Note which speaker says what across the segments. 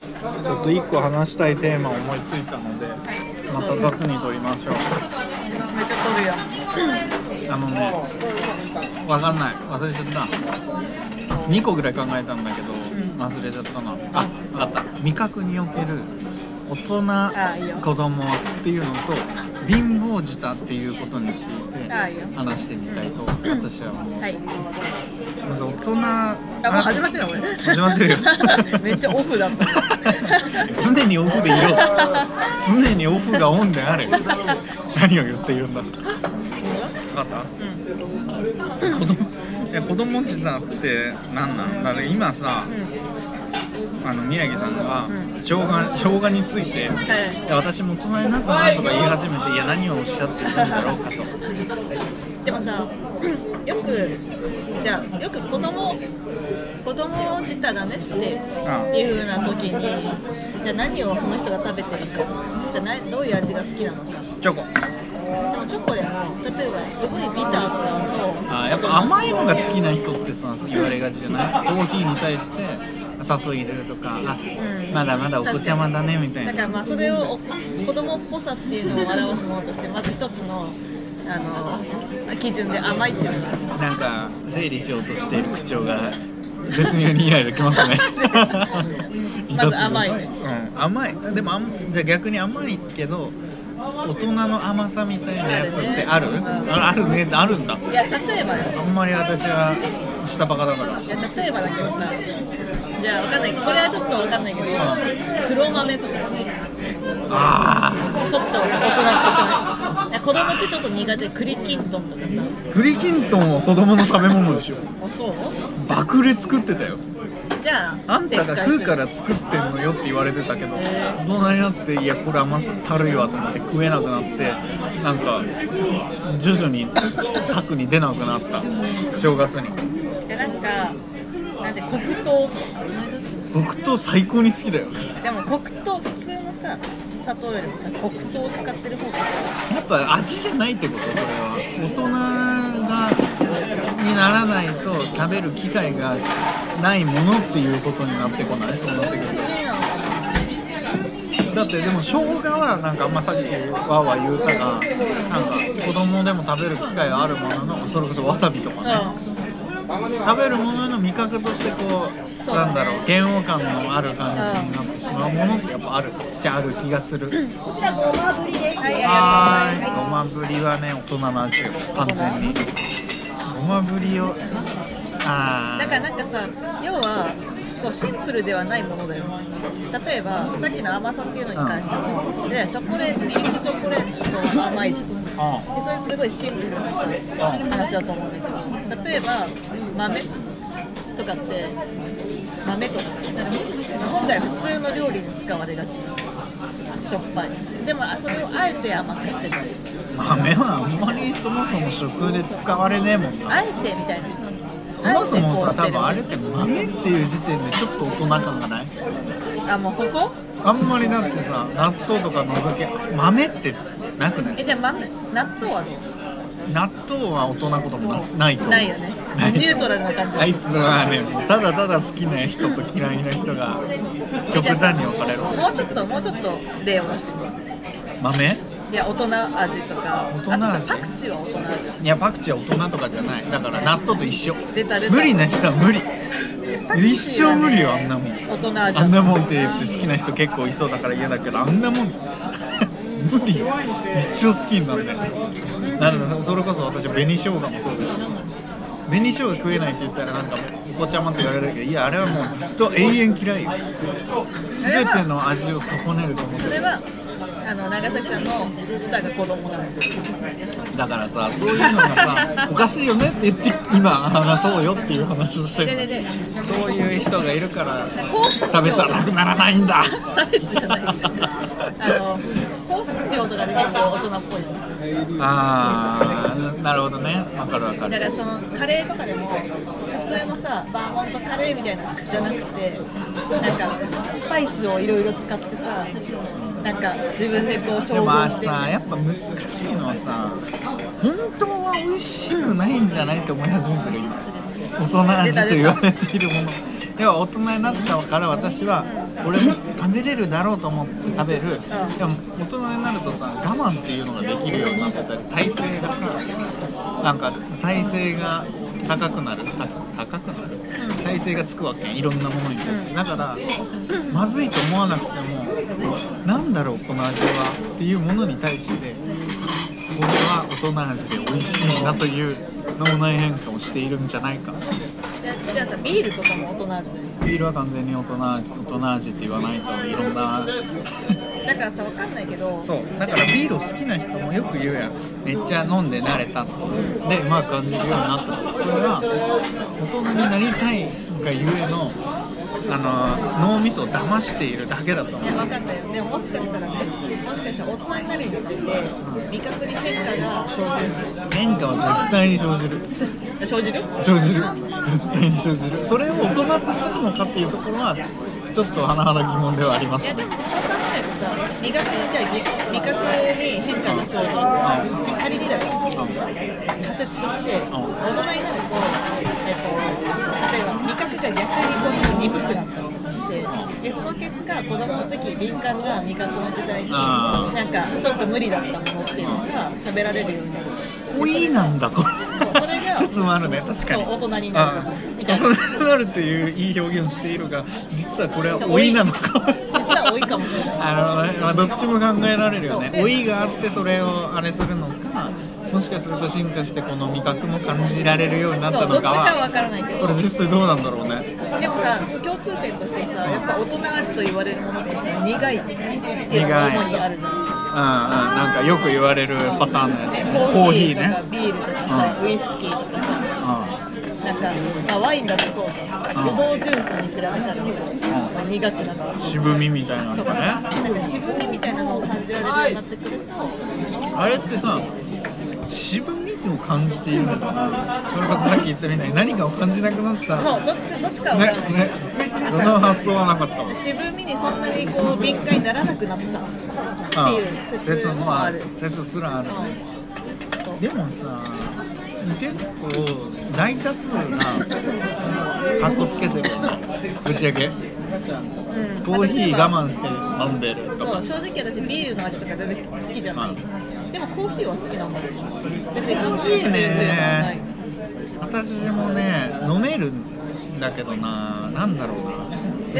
Speaker 1: ちょっと1個話したいテーマを思いついたのでまた雑に取りましょう
Speaker 2: めっちゃ取るやん
Speaker 1: あのねわかんない忘れちゃった2個ぐらい考えたんだけど忘れちゃったなあ分かった味覚における大
Speaker 2: あいいよ
Speaker 1: 人子供っていうのと貧乏舌っていうことについて
Speaker 2: あいいよ
Speaker 1: 話してみたいと私は思う
Speaker 2: はい
Speaker 1: まず大人
Speaker 2: あもう始まってるよ俺
Speaker 1: 始まってるよ
Speaker 2: めっちゃオフだった
Speaker 1: 常にオフでいろ常にオフがオンであれ何を言っているんだ分かった
Speaker 2: うん
Speaker 1: 子供いや子供時代って何なんだから今さあの宮城さんが
Speaker 2: うん
Speaker 1: 生姜生姜について、い
Speaker 2: はい
Speaker 1: や私も大人になったなとか言い始めていや何をおっしゃってるんだろうかと
Speaker 2: でも さよくじゃあよく子供子供自体だねって
Speaker 1: あ
Speaker 2: いうふうな時にじゃあ何をその人が食べてるかじゃあなどういう味が好きなのかで
Speaker 1: チョコ
Speaker 2: もチョコでも例えばすごいビターとかだと
Speaker 1: あやっぱ甘いのが好きな人ってさ言われがちじゃないコーヒーに対して砂糖入れるとかあ、
Speaker 2: うん
Speaker 1: まだまだお子ちゃまだねみたい
Speaker 2: だ
Speaker 1: な
Speaker 2: からまあそれをお子供っぽさっていうのを表すものとしてまず一つのあの基準で甘いっていうのが
Speaker 1: なんか整理しようとしている口調が絶妙にイライラきますね
Speaker 2: まず甘い
Speaker 1: 一つですうん、甘いでもあんじゃあ逆に甘いけど大人の甘さみたいなやつってあるああるねあるんだ
Speaker 2: いや例えばよ
Speaker 1: あんまり私は下バカだから
Speaker 2: いや例えばだけどさじゃあわかんないこれはちょっとわかんないけど黒豆とかさ
Speaker 1: あ
Speaker 2: ちょっと大人っぽくないいや子供ってちょっと苦手栗きんとんとかさ
Speaker 1: あ栗きんとんは子供の食べ物でしょ
Speaker 2: おそう
Speaker 1: 爆売れ作ってたよ
Speaker 2: じゃあ
Speaker 1: あんたが食うからら作ってんのよって言われてたけど大人になっていやこれ甘さたるいわと思って食えなくなってなんか徐々に宅に出なくなった正月に
Speaker 2: いやなんかなんで黒糖
Speaker 1: 僕と最高に好きだよ
Speaker 2: でも黒糖普通のさ砂糖よりもさ黒糖を使ってる方がさ
Speaker 1: やっぱ味じゃないってことそれは大人がにならないと食べる機会がないものっていうことになってこないそうなってくると
Speaker 2: そういうのか
Speaker 1: だってでも生姜はなんかあんまさっきわーわー言うたがなんか子供でも食べる機会があるもののそれこそわさびとかね
Speaker 2: なうん
Speaker 1: 食べるものの味覚としてこう
Speaker 2: そう
Speaker 1: なんだろう嫌悪感のある感じになってしまうものってやっぱあるじゃある気がする
Speaker 3: こちらごまぶりです。はい、
Speaker 1: は
Speaker 3: あり
Speaker 1: ー
Speaker 3: が
Speaker 1: い
Speaker 3: とう
Speaker 1: ご
Speaker 3: ございます。
Speaker 1: まぶりはね大人の味よ完全にごまぶりをあ
Speaker 2: だからなんかさ要はこうシンプルではないものだよ例えばさっきの甘さっていうのに関しても、でチョコレートミルクチョコレートは甘いじゃんで
Speaker 1: ああ
Speaker 2: それすごいシンプルなさ話だと思うんだけど例えば豆とかって豆とかってさ本来普通の料理に使われがちしょっぱいでもあそれをあえて甘くしてる
Speaker 1: 豆はあんまりそもそも食で使われねえもんな
Speaker 2: あえてみたいな
Speaker 1: そもそもさ多
Speaker 2: あえてこ
Speaker 1: 分
Speaker 2: う
Speaker 1: あ
Speaker 2: して
Speaker 1: れ
Speaker 2: る
Speaker 1: って豆っていう時点でちょっと大人感がない
Speaker 2: あもうそこ
Speaker 1: あんまりだってさ納豆とか除け豆ってなくな
Speaker 2: え
Speaker 1: い
Speaker 2: じゃあ豆納豆はどう
Speaker 1: 納豆は大人こともなないと思う
Speaker 2: ないよね
Speaker 1: ない
Speaker 2: ニュートラルな感じ
Speaker 1: あいつはねもうただただ好きな人と嫌いな人が極端に分かれる
Speaker 2: もうちょっともうちょっと例を出してみよう
Speaker 1: 豆
Speaker 2: いや大人味とか
Speaker 1: 大人味
Speaker 2: あとパクチーは大人
Speaker 1: いやパクチーは大人とかじゃないだから納豆と一緒
Speaker 2: 出た出た
Speaker 1: 無理な人は無理
Speaker 2: 味
Speaker 1: 一生無理よあんなもん
Speaker 2: 大人味
Speaker 1: あんなもんって言って好きな人結構いそうだから嫌だけどあんなもん 無理よ一生好きになるねなるほどそれこそ私紅生姜もそうだし紅生姜食えないって言ったらなんかお子ちゃまって言われるけどいやあれはもうずっと永遠嫌いよ全ての味を損ねると思って
Speaker 2: それはあの長崎さんの下が子供なんですよ
Speaker 1: だからさそういうのが さおかしいよねって言って今話そうよっていう話をして
Speaker 2: で
Speaker 1: る
Speaker 2: でで
Speaker 1: そういう人がいるから
Speaker 2: 公式
Speaker 1: 差別はなくならないんだ
Speaker 2: 差別じゃないあの公式料とかで結構大人っぽいよね
Speaker 1: あーなるほどねわかるわか
Speaker 2: だか
Speaker 1: る
Speaker 2: らそのカレーとかでも普通のさバーモントカレーみたいなのじゃなくてなんかスパイスをいろいろ使ってさなんか自分でこう
Speaker 1: で
Speaker 2: 調
Speaker 1: も
Speaker 2: 合
Speaker 1: あ
Speaker 2: して
Speaker 1: さやっぱ難しいのはさ本当は美味しくないんじゃないって思い始めてる今大人味と言われているもの要は大人になったから私は俺も食べれるだろうと思って食べる、でも大人になるとさ我慢っていうのができるようになってたり体勢がさなんか体勢が高くなるた高くなる体勢がつくわけやんいろんなものに対してだからまずいと思わなくてもなんだろうこの味はっていうものに対してこれは大人味で美味しいなという脳内変化をしているんじゃないか
Speaker 2: えじゃあさビールとかも大人味だよ
Speaker 1: ビールは完全に大人味大人味って言わないといろんな
Speaker 2: だからさわかんないけど
Speaker 1: そうだからビールを好きな人もよく言うやんめっちゃ飲んで慣れたでうまく感じるようになったとそれは大人になりたいがゆえのあの脳みそを騙しているだけだと思う
Speaker 2: いや分かったよでももしかしたらねもしかしたら大人になるにつれて味覚に変化が生じる
Speaker 1: 変化は絶対に生じる
Speaker 2: 生じる
Speaker 1: 生じる絶対に生じるそれを大人ってするのかっていうところはちょっと甚だ疑問ではありま
Speaker 2: い
Speaker 1: す
Speaker 2: やで
Speaker 1: ね
Speaker 2: もさそう考えるとさ味覚にじゃあ味覚に変化が生じる仮にだよ仮説として大人になると、えっと、例えば味覚が逆にこう鈍くなったりとかしてでその結果子供の時敏感な味覚の時代に
Speaker 1: あー
Speaker 2: なんかちょっと無理だったものっていうのが食べられるようになる。
Speaker 1: おいなんだこ
Speaker 2: そうそれ
Speaker 1: れ
Speaker 2: が
Speaker 1: 説もあるね確かに
Speaker 2: そう大人になる
Speaker 1: あ
Speaker 2: みた
Speaker 1: 大
Speaker 2: いな
Speaker 1: 人になるっていういい表現をしているが実はこれは老いなのか
Speaker 2: 実は老いかもしれない
Speaker 1: あの、まあ、どっちも考えられるよね
Speaker 2: そう
Speaker 1: 老いがあってそれをあれするのかもしかすると進化してこの味覚も感じられるようになった
Speaker 2: そうど
Speaker 1: の
Speaker 2: っち
Speaker 1: か
Speaker 2: かは
Speaker 1: は
Speaker 2: 分からないけど
Speaker 1: これ実際どうなんだろうね
Speaker 2: でもさ共通点としてさやっぱ大人味と言われるものってさ苦いっていうのが主にあるじゃん
Speaker 1: うんうんなんかよく言われるパターンのやつねコーヒー
Speaker 2: とか
Speaker 1: ね
Speaker 2: ビールとかさ、ウイスキーとかさなんか、まあ、ワインだとそうじゃん
Speaker 1: うん
Speaker 2: ブドウジュースに比べたらさ、まあ苦くなったり
Speaker 1: うん渋みみたいなの
Speaker 2: と
Speaker 1: が
Speaker 2: かさ
Speaker 1: ね
Speaker 2: なんか渋みみたいなのを感じられるようになってくると
Speaker 1: あれってさ渋みを感じているのかなそれこそさっき言ったみたいに何かを感じなくなった
Speaker 2: そうどっちかどっちかは分
Speaker 1: ね
Speaker 2: からない、
Speaker 1: ねその発想はなかったわ
Speaker 2: 渋みにそんなにこう敏感にならなくなったっていう説もある、
Speaker 1: 説すらあるね
Speaker 2: うん
Speaker 1: でもさ結構大多数がカッコつけてるよねぶっちゃけ
Speaker 2: うん
Speaker 1: コーヒー我慢して飲んでると
Speaker 2: そ
Speaker 1: か
Speaker 2: う正直私ビールの味とか全然好きじゃない、でもコーヒーは好きなんだよ別に我慢してるっていうのはない
Speaker 1: いい私もね飲めるんだけどななんだろうな我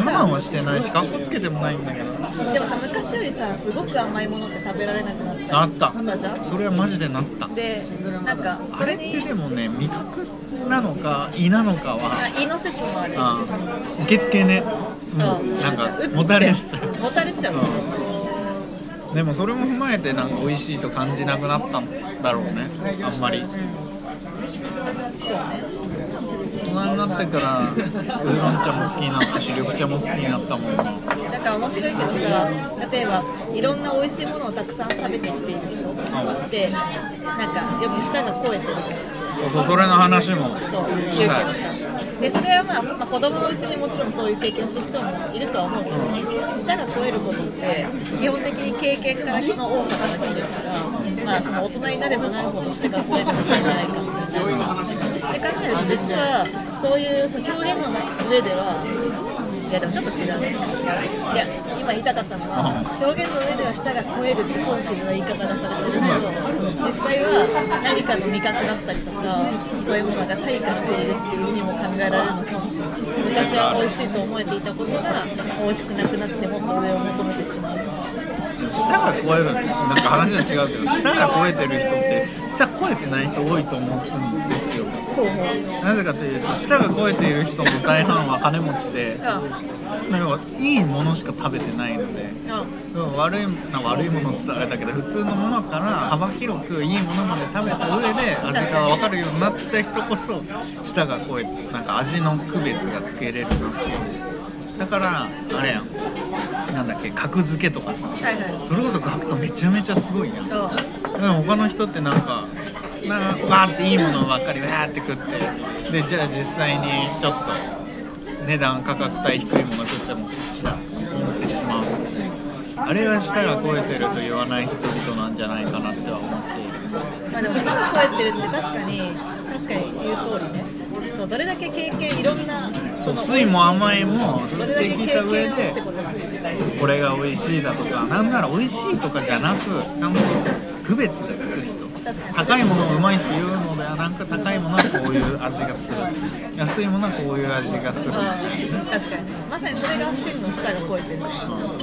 Speaker 1: 慢はしてないしカッコつけてもないんだけど
Speaker 2: でもさ昔よりさすごく甘いものって食べられなくなった
Speaker 1: なった
Speaker 2: なったじゃん
Speaker 1: それはマジでなった
Speaker 2: でなんか
Speaker 1: あ
Speaker 2: そ
Speaker 1: れ
Speaker 2: れ
Speaker 1: っ
Speaker 2: に
Speaker 1: てでもね味覚なのか胃なのかは
Speaker 2: あ胃の説もある
Speaker 1: あ受付ね、うん、なんかもたれ
Speaker 2: ちゃうもたれちゃう、
Speaker 1: でもそれも踏まえてなんか美味しいと感じなくなったんだろうねあんまり大人になってからウーロン茶も好きになったし緑茶も好きになったもんな
Speaker 2: だから面白いけどさ例えばいろんな美味しいものをたくさん食べてきている人ってなんかよく舌が肥えてる
Speaker 1: そうそうそれの話も
Speaker 2: そう言う
Speaker 1: し
Speaker 2: けど
Speaker 1: た
Speaker 2: さ
Speaker 1: い
Speaker 2: でそれはまあ、まあ、子供のうちにもちろんそういう経験をしてる人もいるとは思うけど舌が超えることって基本的に経験から気の多さが出てるから、まあ、その大人になればなるほど舌が超えてくるんじゃないかって考えると実はそういうその表現の上ではいやでもちょっと違うねいや今言いたかったのは表現の上では舌が超えるってポジティブな言い方がされてるけど実際は何かの味覚だったりとかそういうものが退化しているっていうふうにも考えられるのかも昔は美味しいと思えていたことが美味しくなくなってもっと上を求めてしまう
Speaker 1: 舌が超えるなんか話は違うけど舌が超えてる人って舌超えてない人多いと思うんですよ
Speaker 2: ほうほう
Speaker 1: なぜかというと舌が超えている人の大半は金持ちで
Speaker 2: あ
Speaker 1: なんかいいものしか食べてないので
Speaker 2: あ
Speaker 1: うん悪いな悪いものを伝われたけど普通のものから幅広くいいものまで食べた上で味が分かるようになった人こそ舌がこうやってなんか味の区別がつけれるなっていうだからあれやんなんだっけ格付けとかさ
Speaker 2: はいはい
Speaker 1: それこそ格とめちゃめちゃすごいやん
Speaker 2: そう
Speaker 1: でも他の人ってなんかなんかわーっていいものばっかりわーって食ってでじゃあ実際にちょっと値段価格帯低いもの食ってもした思ってしまうあれは舌が超えてると言わない人々なんじゃないかなっては思っている
Speaker 2: まあでも舌が超えてるって確かに確かに言う通りねそうどれだけ経験いろんな
Speaker 1: そう酸いも甘いも
Speaker 2: それ
Speaker 1: 取
Speaker 2: だ
Speaker 1: って
Speaker 2: け
Speaker 1: き
Speaker 2: 経
Speaker 1: た上
Speaker 2: 験をって
Speaker 1: で
Speaker 2: ことなんで
Speaker 1: これが美味しいだとかなんなら美味しいとかじゃなくちゃんと区別がつく人
Speaker 2: 確かに
Speaker 1: 高いものうまいっていうのではなく高いものはこういう味がする安いものはこういう味がする
Speaker 2: うん確かにまさにそれが真の舌が超えてる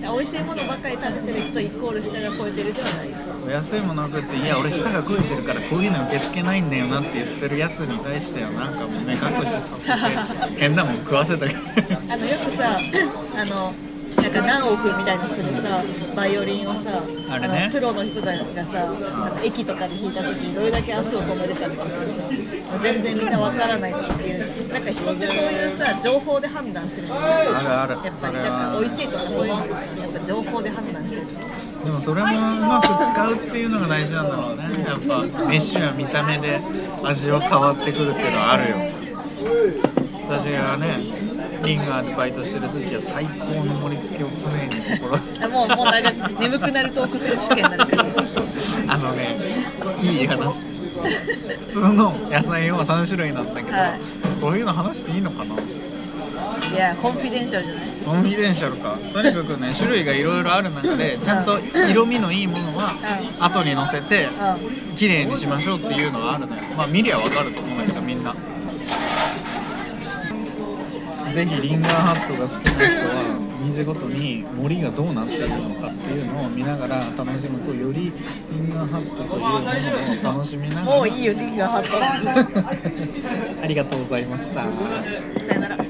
Speaker 2: 美味しいものばかり食べてる人イコール舌が超えてるではない
Speaker 1: 安いものを食って「いや俺舌が食えてるからこういうの受け付けないんだよな」って言ってるやつに対してはなんかもう目隠しさせ て変なもん食わせたり
Speaker 2: あのよくさ あのなんか何億みたいにするさバイオリンをさ
Speaker 1: あれね
Speaker 2: のプロの人たちがさあの駅とかで弾いた時にどれだけ足を止めるかとかさ全然みんなわからないとかっていうなんか人ってそういうさ情報で判断してるの
Speaker 1: あ
Speaker 2: やっ
Speaker 1: るある
Speaker 2: ぱ
Speaker 1: そ
Speaker 2: り
Speaker 1: れ
Speaker 2: なんか美味し
Speaker 1: はい
Speaker 2: とかそういうのもさやっぱ情報で判断してる
Speaker 1: でもそれもうまく使うっていうのが大事なんだろうねやっぱ飯は見た目で味は変わってくるっていうのはあるよ私がねリンガーでバイトしてる時は最高の盛り付けを常に心
Speaker 2: あもうもうなんか眠くなるトーク選手権になるけど
Speaker 1: あのね、いい話。普通の野菜は3種類なんだけど、
Speaker 2: はい
Speaker 1: こういうの話していいのかな。
Speaker 2: いやコンフィデンシャルじゃない
Speaker 1: コンフィデンシャルか。とにかくね、種類がいろいろある中で、ちゃんと色味のいいものは後に乗せて
Speaker 2: うん
Speaker 1: 綺麗にしましょうっていうのはあるのよ。まあ見りゃわかると思うんだけどみんな。ぜひリンガーハットが好きな人は店ごとに森がどうなっているのかっていうのを見ながら楽しむとよりリンガーハットというものを楽し みながら
Speaker 2: もういいよリンガーハット
Speaker 1: ありがとうございました。
Speaker 2: さよなら